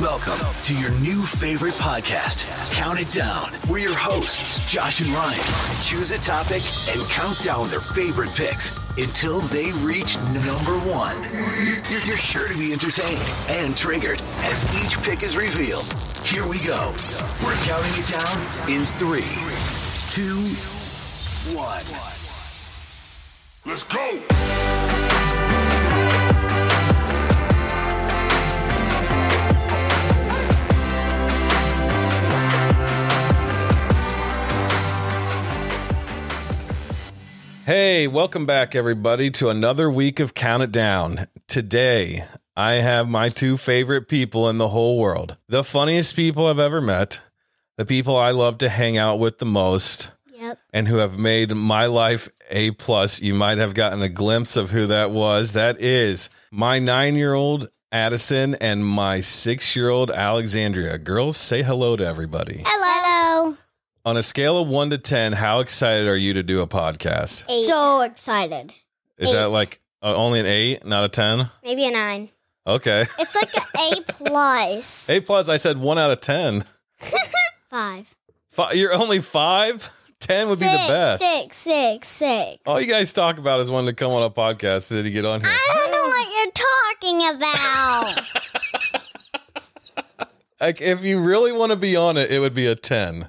Welcome to your new favorite podcast, Count It Down. We're your hosts, Josh and Ryan. Choose a topic and count down their favorite picks until they reach n- number one. You're, you're sure to be entertained and triggered as each pick is revealed. Here we go. We're counting it down in three, two, one. Let's go. Hey, welcome back, everybody, to another week of Count It Down. Today, I have my two favorite people in the whole world the funniest people I've ever met, the people I love to hang out with the most, Yep. and who have made my life a plus. You might have gotten a glimpse of who that was. That is my nine year old Addison and my six year old Alexandria. Girls, say hello to everybody. Hello. On a scale of one to 10, how excited are you to do a podcast? So excited. Is that Eight. like uh, only an eight, not a ten? Maybe a nine. Okay, It's like an A plus. eight plus. I said one out of ten. Five. Five, you're only five. Ten would be the Six, best. Oh. Six, six, six. All you guys talk about is wanting to come on a podcast. Did he get on here? I don't know what you're talking about. Like, if you really want to be on it, it would be a ten.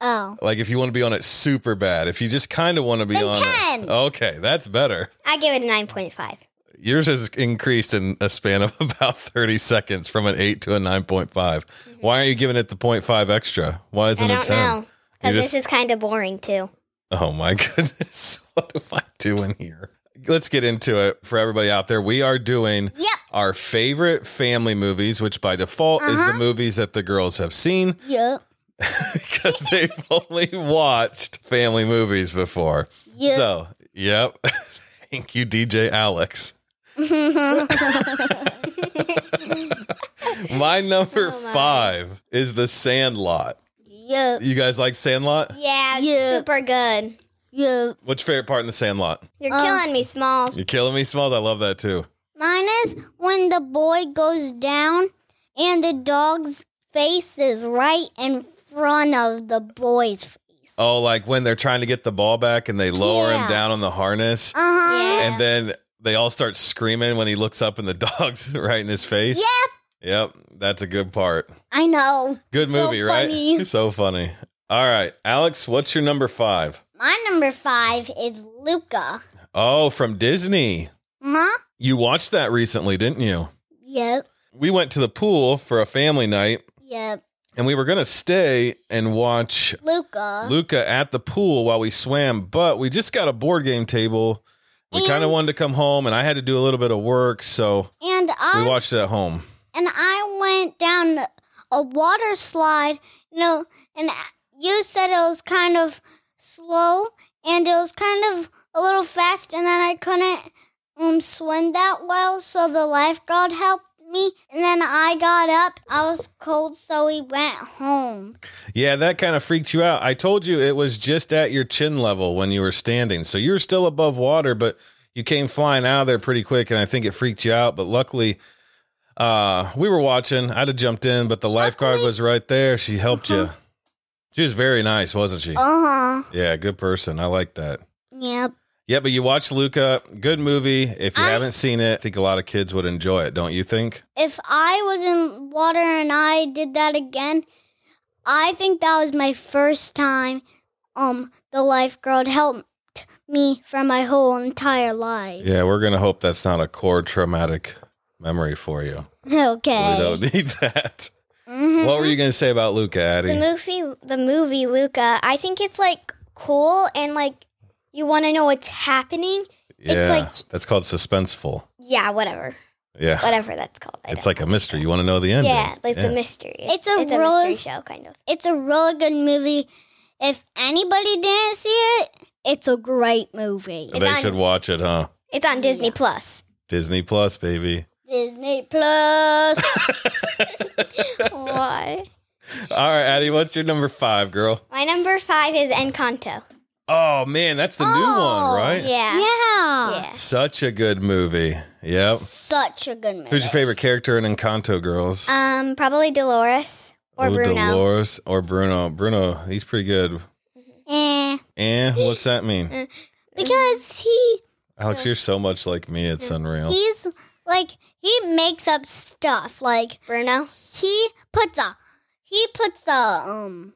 oh. Like, if you want to be on it, super bad. If you just kind of want to be Then on 10. it, okay, that's better. I give it a 9.5. Yours has increased in a span of about thirty seconds from an eight to a nine Why are you giving it the 0.5 extra? Why I isn't it don't ten? know. Because You this is kind of boring too. Oh my goodness. What am I doing here? Let's get into it for everybody out there. We are doing Yep. our favorite family movies, which by default Uh-huh. is the movies that the girls have seen Yep. because they've only watched family movies before. Yep. So, yep. Thank you, DJ Alex. My number Oh five is The Sandlot. Yep. You guys like Sandlot? Yeah, super good. Yep. What's your favorite part in The Sandlot? You're killing me, Smalls. You're killing me, Smalls. I love that too. Mine is when the boy goes down and the dog's face is right in front of the boy's face. Oh, like when they're trying to get the ball back and they lower Yeah. him down on the harness, Uh huh. and then they all start screaming when he looks up and the dog's right in his face. Yep, that's a good part. I know. Good movie, funny. right? So funny. All right, Alex, what's your number five? My number five is Luca. Oh, from Disney. Huh? You watched that recently, didn't you? Yep. We went to the pool for a family night, Yep. and we were going to stay and watch Luca. Luca at the pool while we swam, but we just got a board game table. We And- kind of wanted to come home, and I had to do a little bit of work, so and we I watched it at home. and I went down a water slide. No, and you said it was kind of slow, and it was kind of a little fast, and then I couldn't um swim that well, so the lifeguard helped me, and then I got up. I was cold, so we went home. Yeah, that kind of freaked you out. I told you it was just at your chin level when you were standing, so you were still above water, but you came flying out of there pretty quick, and I think it freaked you out. But luckily, uh, we were watching. I'd have jumped in, but the lifeguard was right there. She helped you. She was very nice, wasn't she? Uh huh. Yeah, good person. I like that. Yep. Yeah, but you watch Luca. Good movie. If you I- haven't seen it, I think a lot of kids would enjoy it, don't you think? If I was in water and I did that again, I think that was my first time. Um, the lifeguard helped me for my whole entire life. Yeah, we're going to hope that's not a core traumatic memory for you. We Okay. don't need that. Mhm. What were you going to say about Luca, the Addie? movie the movie luca i think it's like cool and like you want to know what's happening Yeah, like- that's called suspenseful. yeah whatever Yeah, whatever that's called I it's don't- like a mystery. You want to know the ending? yeah like the mystery. mystery It's a really- mystery show kind of It's a really good movie. If anybody didn't see it, it's a great movie. They on- should watch it, huh? it's on disney plus Disney Plus, baby. Disney Plus. why All right, Addie, what's your number five, girl? my number five is encanto Oh man, that's the new one, right? Oh, Yeah. Yeah. Yeah. Such a good movie. Yep. Such a good movie. Who's your favorite character in Encanto Girls? Um, probably Dolores or Oh, Bruno. Dolores or Bruno. Bruno, he's pretty good. Eh. Eh, what's that mean? Because he Alex, you're so much like me. It's unreal. he's like he makes up stuff. Like Bruno. he puts a he puts a um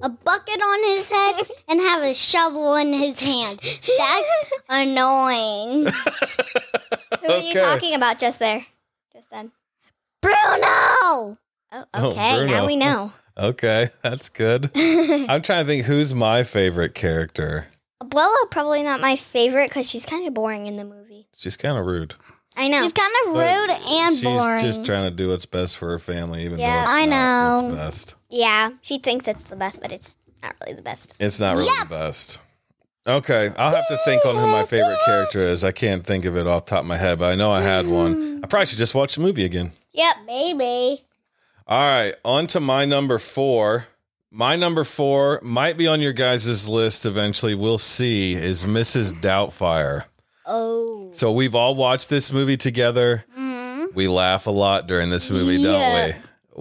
a bucket on his head and have a shovel in his hand. That's annoying. Who are you Okay. talking about just there? Just then. Bruno. Oh, Oh, okay. Bruno. now we know. Okay, that's good. I'm trying to think who's my favorite character. Abuela probably not my favorite because she's kind of boring in the movie. She's kind of rude. I know. He's kind of rude But and She's boring. just trying to do what's best for her family, even Yeah. though it's I not know. what's best. Yeah, she thinks it's the best, but it's not really the best. It's not really the best. Okay, I'll have to think on who my favorite character is. I can't think of it off the top of my head, but I know I had one. I probably should just watch the movie again. yep, baby. All right, on to my number four. My number four might be on your guys' list eventually. We'll see. Is Mrs. Doubtfire. Oh. Mm-hmm. So we've all watched this movie together. We laugh a lot during this movie, Yeah. don't we?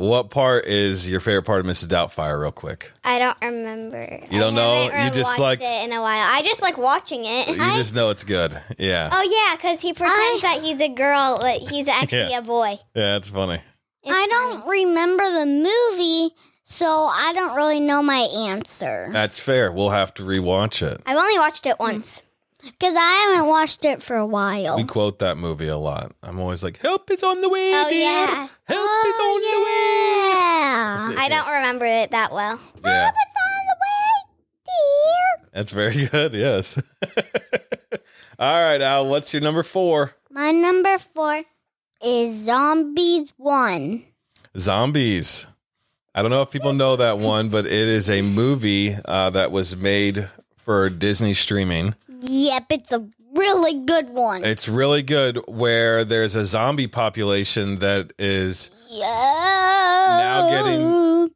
What part is your favorite part of Mrs. Doubtfire, real quick? I don't remember. You don't know? haven't You just watched liked- it in a while. I just like watching You it. just know it's good. Yeah. oh yeah, because he pretends that he's a girl, but he's actually Yeah. a boy. Yeah, it's funny. It's I don't remember the movie, so I don't really know my answer. That's fair. We'll have to rewatch it. I've only watched it once. Because I haven't watched it for a while. We quote that movie a lot. I'm always like, "Help is on the way, Oh, dear. yeah. Help Oh, Yeah. is on I the way." don't remember it that well. Yeah, It's on the way, dear. that's very good. Yes. All right, Al. What's your number four? My number four is Zombies 1. Zombies. I don't know if people know that one, but it is a movie uh, that was made for Disney streaming. Yep, it's a really good one. It's really good where there's a zombie population that is yeah. now getting.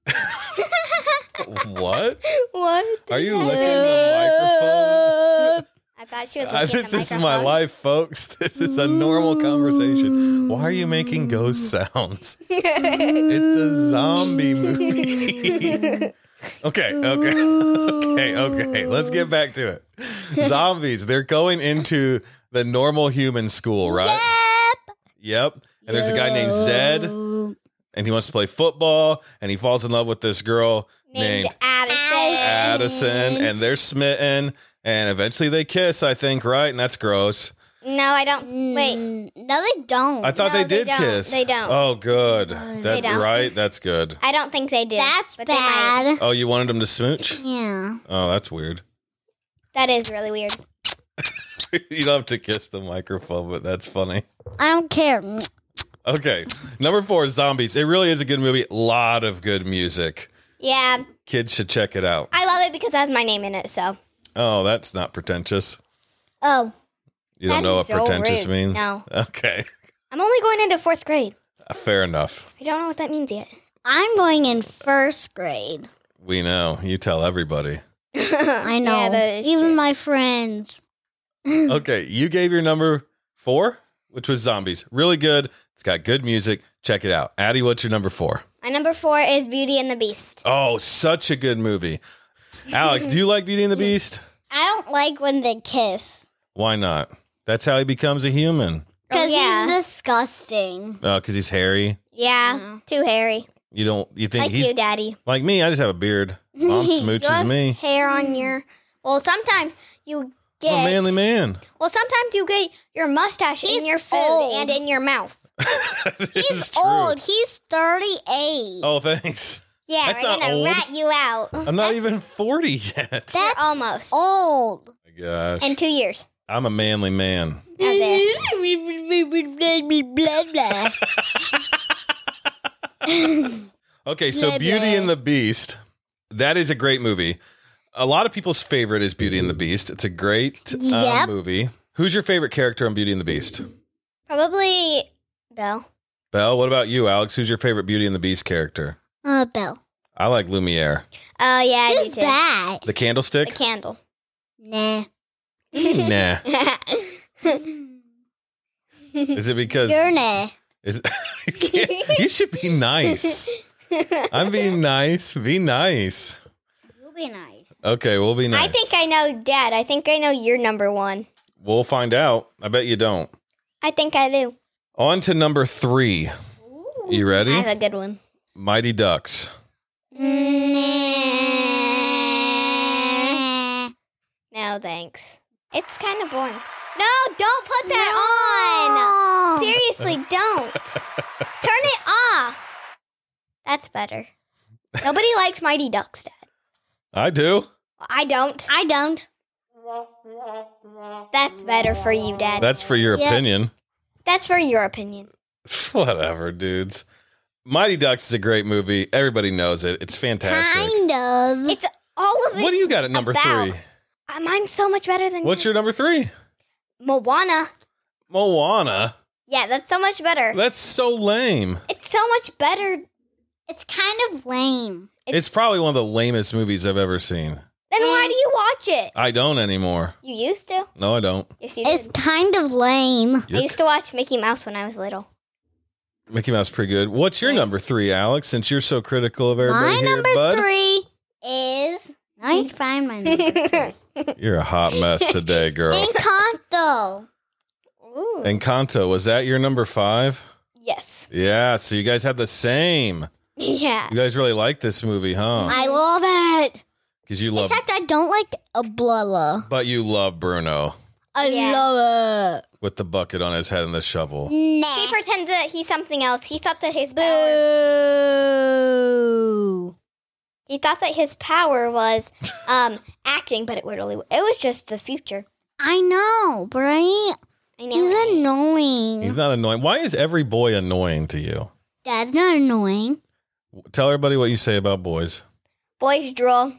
what? What? Are you licking the microphone? I thought she was. Uh, looking at this the is my microphone. life, folks. This is a normal conversation. Why are you making ghost sounds? it's a zombie movie. okay, okay, okay, okay. Let's get back to it. Zombies, they're going into the normal human school, right? Yep. Yep. And there's a guy named Zed, Mm, and he wants to play football, and he falls in love with this girl named named Addison. Addison, and they're smitten, and eventually they kiss, I think, right? And that's gross. No, I don't. Wait, Mm, No, they don't. I thought No, they they did don't. kiss. They don't. Oh, good. They That's don't. right. That's good. I don't think they did. That's but they bad. might. Oh, you wanted them to smooch? Yeah. Oh, that's weird. That is really weird. you don't have to kiss the microphone, but that's funny. I don't care. Okay. Number four, Zombies. It really is a good movie. lot of good music. Yeah, Kids should check it out. I love it because it has my name in it. So Oh, that's not pretentious. Oh, You don't That know what is so pretentious rude. means? No. Okay. Uh, I'm only going into fourth grade. Fair enough. I don't know what that means yet. I'm going in first grade. We know. You tell everybody. I know. that is Even true. my friends. okay, you gave your number four, which was zombies. Really good. It's got good music. Check it out. Addie, what's your number four? My number four is Beauty and the Beast. Oh, such a good movie. Alex, do you like Beauty and the Beast? I don't like when they kiss Why not? That's how he becomes a human. because Oh, yeah. he's disgusting. Oh, because he's hairy. Yeah, Oh. too hairy. You don't. You think Like he's you, Daddy. like me? I just have a beard. Mom You smooches have me. Hair on your. Well, sometimes you get. I'm a manly man. Well, sometimes you get your mustache in He's your food old. and in your mouth. This is true. Old. He's 38. Oh, thanks. Yeah, That's we're not gonna old. rat you out. We're I'm not even forty yet. Oh That's almost old. Oh, my gosh, in two years. I'm a manly man. That's it. Mm-hmm. Okay, so Beauty and the Beast, that is a great movie. A lot of people's favorite is Beauty and the Beast. It's a great uh, Yep. movie. Who's your favorite character on Beauty and the Beast? Probably Belle. Belle, what about you, Alex? Who's your favorite Beauty and the Beast character? uh, Belle. I like Lumiere. Oh yeah, I do Who's too. that? The A candlestick? candle. Nah. nah. Is it because You're nah. is, you, can't- you should be nice. I'm being nice. Be nice. You'll be nice. Okay, we'll be nice. I think I know, Dad. I think I know you're number one. we'll find out. I bet you don't. I think I do. On to number three. You ready? I have a good one. Mighty Ducks. Nah. No, thanks. It's kind of boring. No, don't put that on. Seriously, don't. Turn it off. That's better. Nobody likes Mighty Ducks, Dad. I do. I don't. I don't. That's better for you, Dad. That's for your Yeah. opinion. That's for your opinion. Whatever, dudes. Mighty Ducks is a great movie. Everybody knows it. It's fantastic. Kind of. It's all of it. What do you got at number about. three? Uh, Mine's so much better than What's your yours. number three? Moana. Moana. Yeah, that's so much better. That's so lame. It's so much better It's kind of lame. It's, probably one of the lamest movies I've ever seen. Then Mm. why do you watch it? I don't anymore. You used to. No, I don't. Yes, you It's did. kind of lame. I used to watch Mickey Mouse when I was little. Mickey Mouse, pretty good. What's your number three, Alex? Since you're so critical of everybody My here, number bud, three is. Now you find my number. you're a hot mess today, girl. Encanto. Ooh. Encanto was that your number five? yes. Yeah. So you guys have the same. Yeah. You guys really like this movie, huh? I love it. Because you love, Except I don't like a blubber. but you love Bruno I Yeah. love it. with the bucket on his head and the shovel. He Nah. pretended that he's something else. He thought that his power, Boo. he thought that his power was um acting, but it really it was just the future. I know, right? I know. He's right? He's annoying. not annoying. Why is every boy annoying to you? That's not annoying. Tell everybody what you say about boys. Boys drool.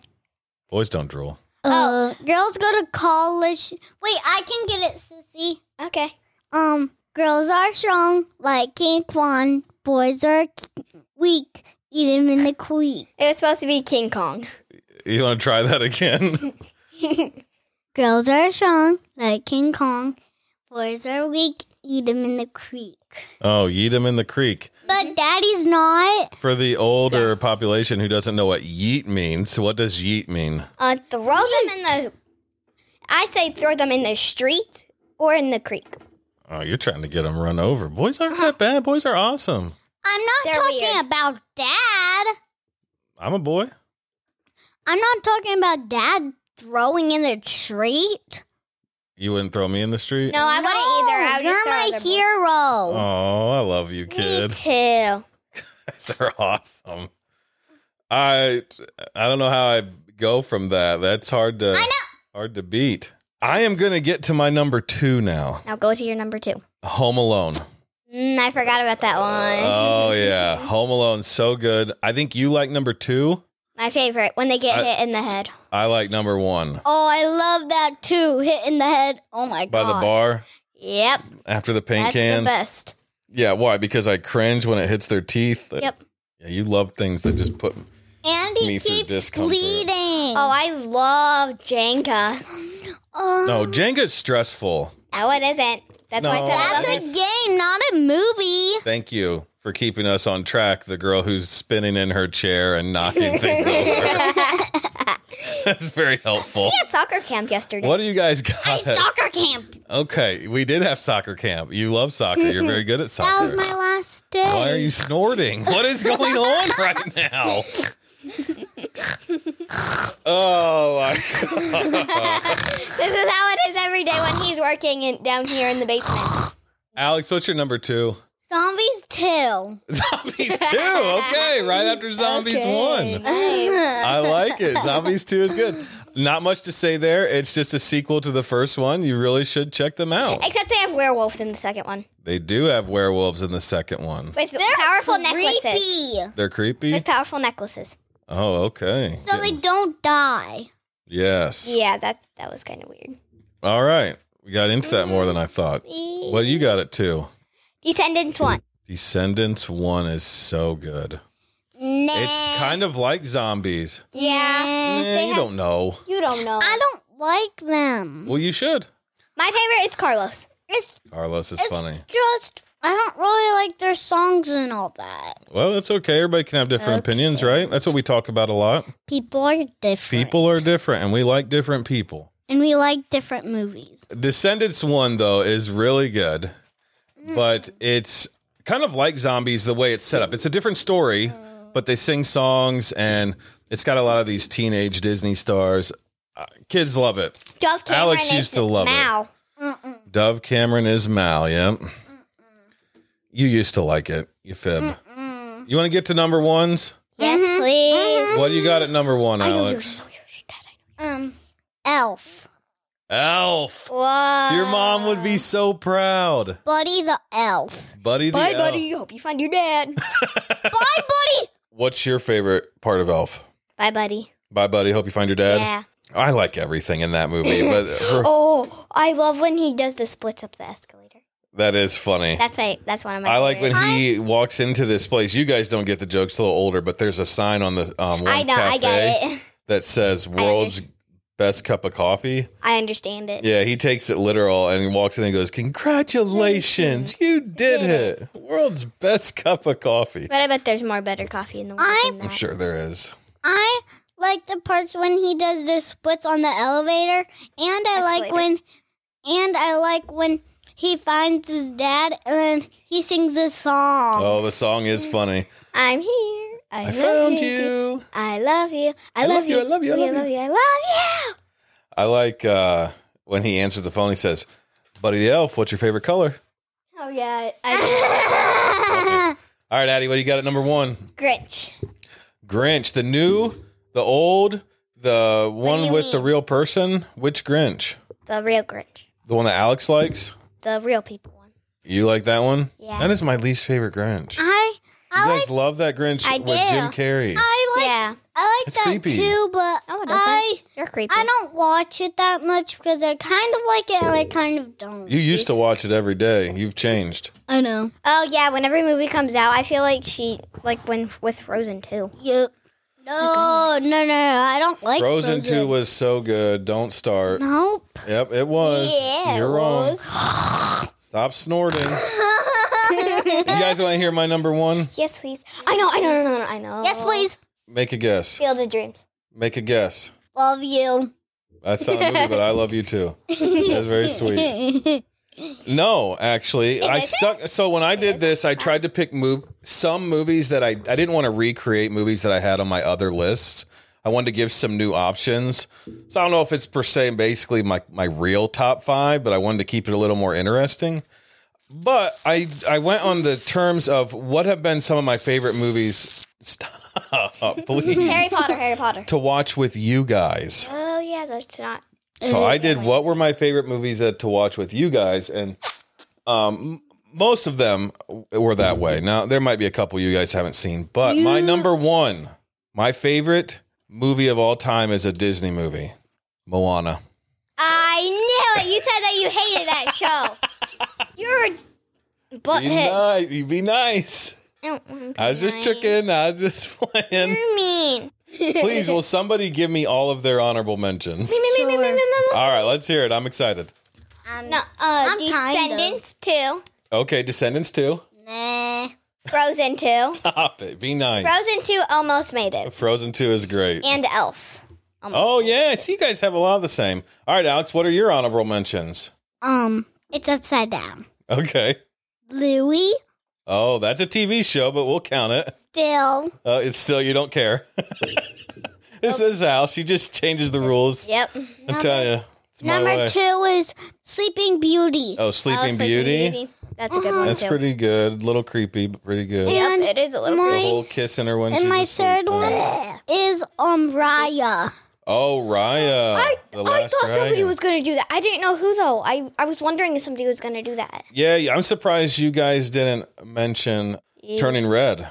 Boys don't drool. Uh, girls go to college. Wait, I can get it, sissy. Okay. Um, girls are strong like King Kwan. Boys are k- weak. Eat him in the queek. It was supposed to be King Kong. You want to try that again? Girls are strong like King Kong. Boys are weak. Eat him in the creek. oh, yeet 'em in the creek. Mm-hmm. But daddy's not. For the older Yes. population who doesn't know what yeet means, what does yeet mean? Uh, throw them in the. I say throw them in the street or in the creek. Oh, you're trying to get them run over. Boys aren't that bad. Boys are awesome. I'm not They're talking weird. about dad. I'm a boy. I'm not talking about dad throwing in the treat. You wouldn't throw me in the street? No, I wouldn't either. I would just you're throw my other boys. hero. Oh, I love you, kid. Me too. These are awesome. I I don't know how I go from that. That's hard to hard to beat. I am going to get to my number 2 now. Now go to your number two. Home Alone. Mm, I forgot about that one. Oh yeah, Home Alone so good. I think you like number 2. My favorite when they get I- hit in the head. I like number 1 Oh, I love that too. Hit in the head. Oh my god. by the bar Yep, after the paint that's the cans. best. Yeah, why? Because I cringe when it hits their teeth. Yep. Yeah, you love things that just put And Me he through keeps discomfort. bleeding. Oh, I love Jenga. Oh, No, Jenga's stressful. No, it isn't. That's why I No. said I that's love a it. game, not a movie. Thank you for keeping us on track. The girl who's spinning in her chair and knocking things over. That's very helpful. At soccer camp yesterday. What do you guys I got? soccer camp. Okay, we did have soccer camp. You love soccer. You're very good at That soccer. was my last day. Why are you snorting? What is going on right now? oh my god. This is how it is every day when he's working in, down here in the basement. Alex, what's your number two? Zombies too. Zombies 2. Okay, right after Zombies 1. I like it. Zombies 2 is good. Not much to say there. It's just a sequel to the first one. You really should check them out. Except they have werewolves in the second one They do have werewolves in the second one. with powerful necklaces. Creepy. They're creepy. With powerful necklaces. Oh, okay. So they don't die. Yes. Yeah, that that was kind of weird. All right. We got into that more than I thought. What do you got it to? Descendants one. Descendants 1 is so good. Nah. It's kind of like zombies. Yeah. Eh, Eh. They you have- don't know. You don't know. I don't like them. Well, you should. My favorite is Carlos. It's Carlos is It's- funny. just I don't really like their songs and all that. Well, that's okay. Everybody can have different opinions, right? That's what we talk about a lot. People are different. People are different, and we like different people. and we like different movies. Descendants one though is really good, Mm. but it's kind of like zombies the way it's set up. It's a different story, but they sing songs and it's got a lot of these teenage Disney stars. Uh, kids love it. Dove Cameron Alex is used to love it. Mao. Mm-hmm. Dove Cameron is Mal. Yep. You used to like it. You fib. You want to get to number ones? Yes, Mm-hmm. please. What do you got at number one, Alex? Um, Elf, Elf. Whoa. Your mom would be so proud, Buddy the Elf. buddy. The Bye, elf. buddy. Hope you find your dad. Bye, Buddy. What's your favorite part of Elf? Bye, buddy. Bye, buddy. Hope you find your dad. Yeah. I like everything in that movie, but her- Oh, I love when he does the splits up the escalator. that is funny. That's a, that's one of my. I like when favorites. he walks into this place. You guys don't get the jokes a little older, but there's a sign on the um, one I know. cafe I get it. that says "World's Best Cup of Coffee." I understand it. Yeah, he takes it literal and he walks in and goes, "Congratulations, you did Did it! World's best cup of coffee." But I bet there's more better coffee in the world. I- than I'm that. sure there is. I like the parts when he does the splits on the elevator, and I like Escalator. when, and I like when he finds his dad and then he sings a song. Oh, the song is funny. I'm here. I, I love found you. I love you. I, love, you. I love you, I I love love you. I love you. I like uh, when he answered the phone. He says, "Buddy the Elf, what's your favorite color?" Oh yeah. I, All right, Addie, what do you got at number one? Grinch. Grinch, the new, the old, the one you with the mean? real person. Which Grinch? The real Grinch. The one that Alex likes. The real people one. You like that one? Yeah. That is my least favorite Grinch. You I I guys like love that Grinch I with do. Jim Carrey. I like yeah. I like It's that creepy. too, but No, it doesn't. I You're creepy. I don't watch it that much because I kind of like it and I kind of don't. you used to watch it every day. You've changed. I know. Oh yeah, when every movie comes out, I feel like she like when with Frozen too. You. No, no, no, no. I don't like Frozen, 2 was so good. Don't start. Nope. Yep, it was. Yeah, You're it wrong. was. Stop snorting. you guys want to hear my number one? Yes, please. I know. I know. No, no, no. I know. Yes, please. Make a guess. Field of Dreams. Make a guess. Love you. That's not a movie, but I love you too. That's very sweet. No, actually, I stuck. So when I did this, I tried to pick move some movies that I I didn't want to recreate movies that I had on my other lists. I wanted to give some new options. So I don't know if it's per se basically my my real top five, but I wanted to keep it a little more interesting. But I I went on the terms of what have been some of my favorite movies. Stop, please. Harry Potter. Harry Potter. to watch with you guys. Oh yeah, that's not. So I did what were my favorite movies that to watch with you guys, and um, most of them were that way. Now there might be a couple you guys haven't seen, but my number one, my favorite movie of all time is a Disney movie, Moana. I knew it. You said that you hated that show. You're a Be butthead. nice, you be nice. I was just chicken. I was just playing. You're mean. Please, will somebody give me all of their honorable mentions? Me, me, me, me, me, me. All right, let's hear it. I'm excited. No, uh, I'm kind of. Descendants two, Okay, Descendants two. Nah. Frozen two, Stop it. Be nice. Frozen two almost made it, Frozen two is great. and Elf. Oh yeah, so you guys have a lot of the same. All right, Alex, what are your honorable mentions? Um, it's upside down. Okay. Louis Oh, that's a TV show, but we'll count it. still. Uh, it's still you don't care. this is Al. She just changes the rules. Yep. I tell you, it's my Number way. two is Sleeping Beauty. Oh, Sleeping, Oh, Sleeping Beauty. That's a good one That's too. pretty good. Little creepy, but pretty good. Yeah. Yep, And it is a little. The my- whole kissing her when and she's my asleep. third one Uh, is um Raya. Oh, Raya. I, the I last thought somebody dragon. was going to do that. I didn't know who though. I, I was wondering if somebody was going to do that. Yeah, yeah, I'm surprised you guys didn't mention Turning Red.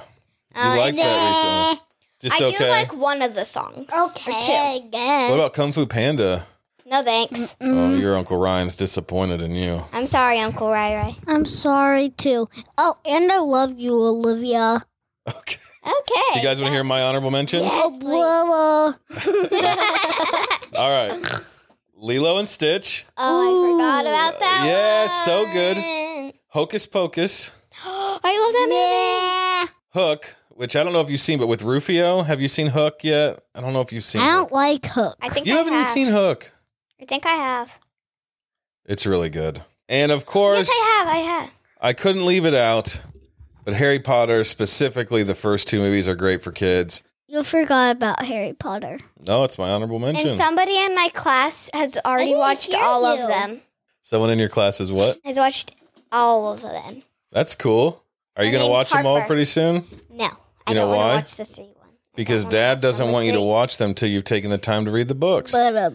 You liked that recently. Just I okay. do like one of the songs. Or two. Okay, guess. what about Kung Fu Panda? No thanks. Oh, your Uncle Ryan's disappointed in you. I'm sorry, Uncle Rai Rai. I'm sorry too. Oh, and I love you, Olivia. Okay. Okay. You guys want to hear my honorable mentions? Yeah. Oh, Yes, please. Willow. All right. Lilo and Stitch, oh, I forgot about that. Yeah, so good. one. Hocus Pocus, I love that movie. Nah, Hook, which I don't know if you've seen, but with Rufio, have you seen Hook yet? I don't know if you've seen. I Hook. don't like Hook. I think You I haven't even have. seen Hook. I think I have. It's really good. And of course, Yes, I have. I have. I couldn't leave it out. But Harry Potter, specifically the first two movies, are great for kids. You forgot about Harry Potter. No, it's my honorable mention. And somebody in my class has already didn't watched hear all you. of them. Someone in your class is what? Has watched all of them. That's cool. Are you going Her to name's watch them all Harper. pretty soon? No, I You know don't want why? to watch the three one Because Uh-huh. Dad doesn't want you to watch them till you've taken the time to read the books. Yeah,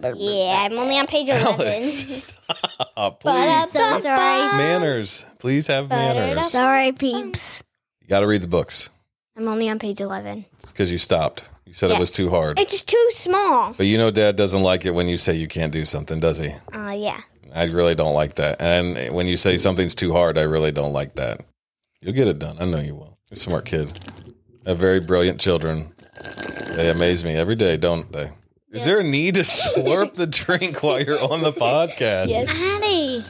I'm only on page eleven. Alex, stop, please. I'm so sorry. Manners. Please have manners. Um, Sorry, peeps. You got to read the books. I'm only on page eleven. It's because you stopped. You said it Yeah. was too hard. It's too small. But you know, Dad doesn't like it when you say you can't do something, does he? Uh, yeah. I really don't like that. And when you say something's too hard, I really don't like that. You'll get it done. I know you will. You're a smart kid. I have very brilliant children. They amaze me every day, don't they? Is there a need to slurp the drink while you're on the podcast? Addie.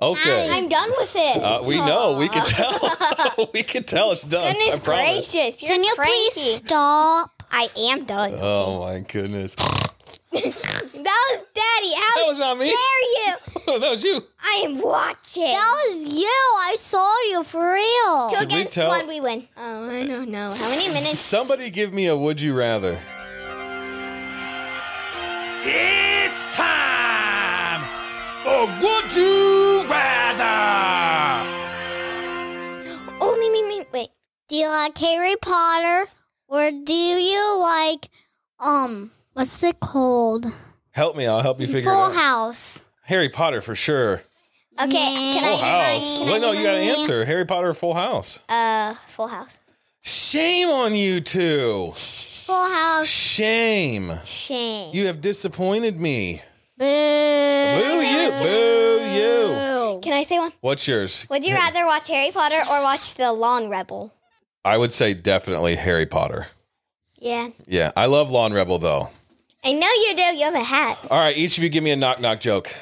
Okay. I'm done with it. Uh, we know. We can tell. we can tell it's done. I Goodness promise. gracious! You're Can you cranky. please stop? I am done. Oh my goodness. that that was Daddy. How was not me. dare you? that was you. I am watching. That was you. I saw you for real. Two Should we against tell- one, we win. Oh, I don't know. How many minutes? Somebody give me a would you rather. It's time for Would You Rather! Oh, me, me, me. Wait. Do you like Harry Potter or do you like um what's it called? Help me. I'll help you figure Full it out. House. Harry Potter for sure. Okay, can Full I? House. Well, no, you got to answer. Harry Potter, or Full House. Uh, Full House. Shame on you two. Full House. Shame. Shame. You have disappointed me. Boo. Boo you. Boo you. can I say one? What's yours? Would you rather watch Harry Potter or watch The Lawn Rebel? I would say definitely Harry Potter. Yeah, Yeah, I love Lawn Rebel though. I know you do. You have a hat. All right, each of you give me a knock knock joke.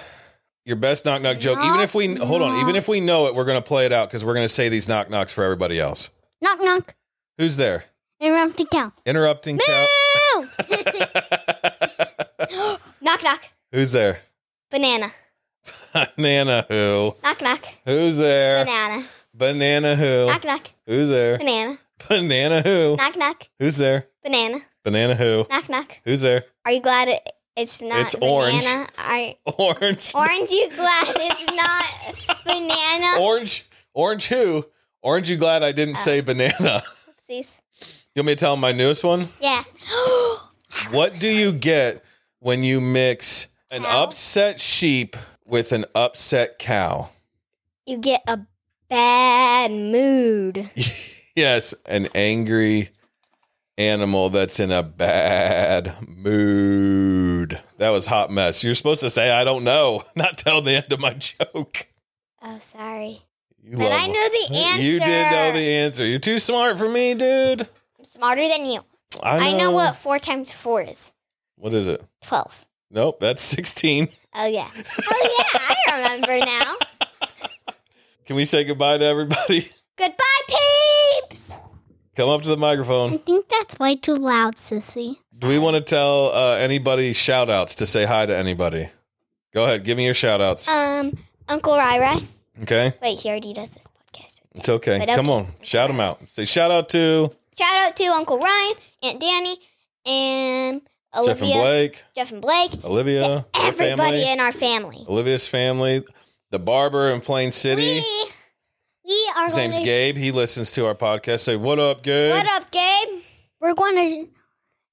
Your best knock knock joke. Even if we hold on, even if we know it, we're gonna play it out because we're gonna say these knock knocks for everybody else. Knock knock. Who's there? Interrupt the count. Interrupting. Count. Boo! knock knock. Who's there? Banana. Banana who? Knock knock. Who's there? Banana. Banana who? Knock knock. Who's there? Banana. Banana who? Knock knock. Who's there? Banana. Banana who? Knock knock. Who's there? Are you glad it, it's not It's orange. banana? Are Orange. orange? You glad it's not banana? Orange. Orange who? Orange, you glad I didn't Uh. say banana? Oopsies. You want me to tell 'em my newest one? Yeah. What do you get when you mix an Cow? upset sheep with an upset cow? you get a bad mood. Yes, an angry animal that's in a bad mood. That was hot mess. You're supposed to say I don't know, not tell the end of my joke. Oh, sorry. You But love I know the answer. You did know the answer. You're too smart for me, dude. I'm smarter than you. I know what four times four is. What is it? Twelve. Nope, that's 16. Oh yeah. Oh yeah. I remember now. Can we say goodbye to everybody? Goodbye, peeps. Come up to the microphone. I think that's way too loud, sissy. Do we want to tell uh, anybody shout outs to say hi to anybody? Go ahead, give me your shout outs. Um, Uncle Rai Rai. okay. Wait, he already does this podcast. It's okay. but Come okay. on, shout them out. Say shout out to Shout out to Uncle Ryan, Aunt Danny, and Olivia, Jeff and Blake, Jeff and Blake, Olivia, her everybody family, in our family. Olivia's family, the barber in Plain City. We are His name's going to Gabe. He listens to our podcast. Say, what up, Gabe? What up, Gabe? We're going to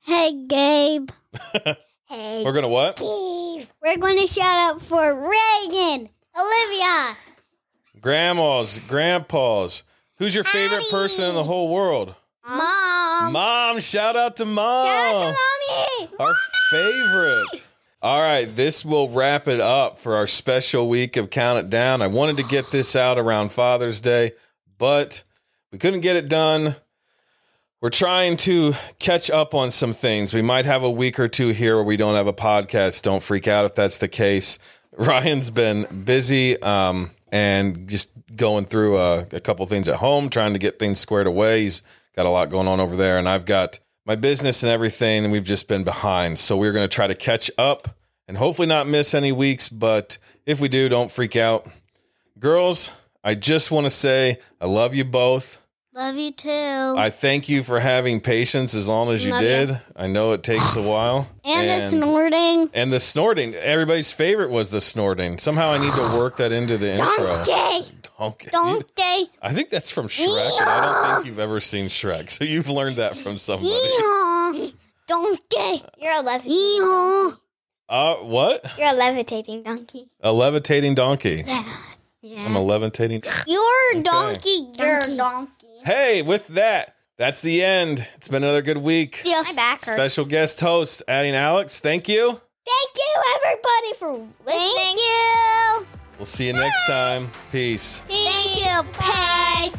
Hey Gabe. Hey, We're going to what? Gabe. We're going to shout out for Reagan, Olivia, Grandmas, grandpas. Who's your favorite person in the whole world? Mom. Mom, shout out to mom. Shout out Um, to mommy. Our favorite. All right, this will wrap it up for our special week of Count It Down. I wanted to get this out around Father's Day, but we couldn't get it done. We're trying to catch up on some things. We might have a week or two here where we don't have a podcast. Don't freak out if that's the case. Ryan's been busy um, and just going through uh, a, a couple things at home, trying to get things squared away. He's got a lot going on over there, and I've got my business and everything, and we've just been behind. So we're going to try to catch up and hopefully not miss any weeks. But if we do, don't freak out. Girls, I just want to say I love you both. Love you too. I thank you for having patience as long as you Love you. did. I know it takes a while. and, the snorting. And the snorting. Everybody's favorite was the snorting. Somehow I need to work that into the intro. Donkey. Donkey. Donkey. I think that's from Shrek, and I don't think you've ever seen Shrek. So you've learned that from somebody. Yeehaw. Donkey. You're a levitating. Yeehaw. Uh, what? You're a levitating donkey. A levitating donkey. Yeah. I'm a levitating. You're a donkey. You're a donkey. Hey, with that, that's the end. It's been another good week. Yeah. My back hurts. Special guest host, adding Alex. Thank you. Thank you, everybody, for listening. Thank you. We'll see you next time. Peace. Thank you, Peg.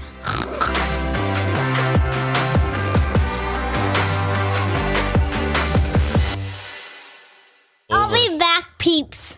I'll be back, peeps.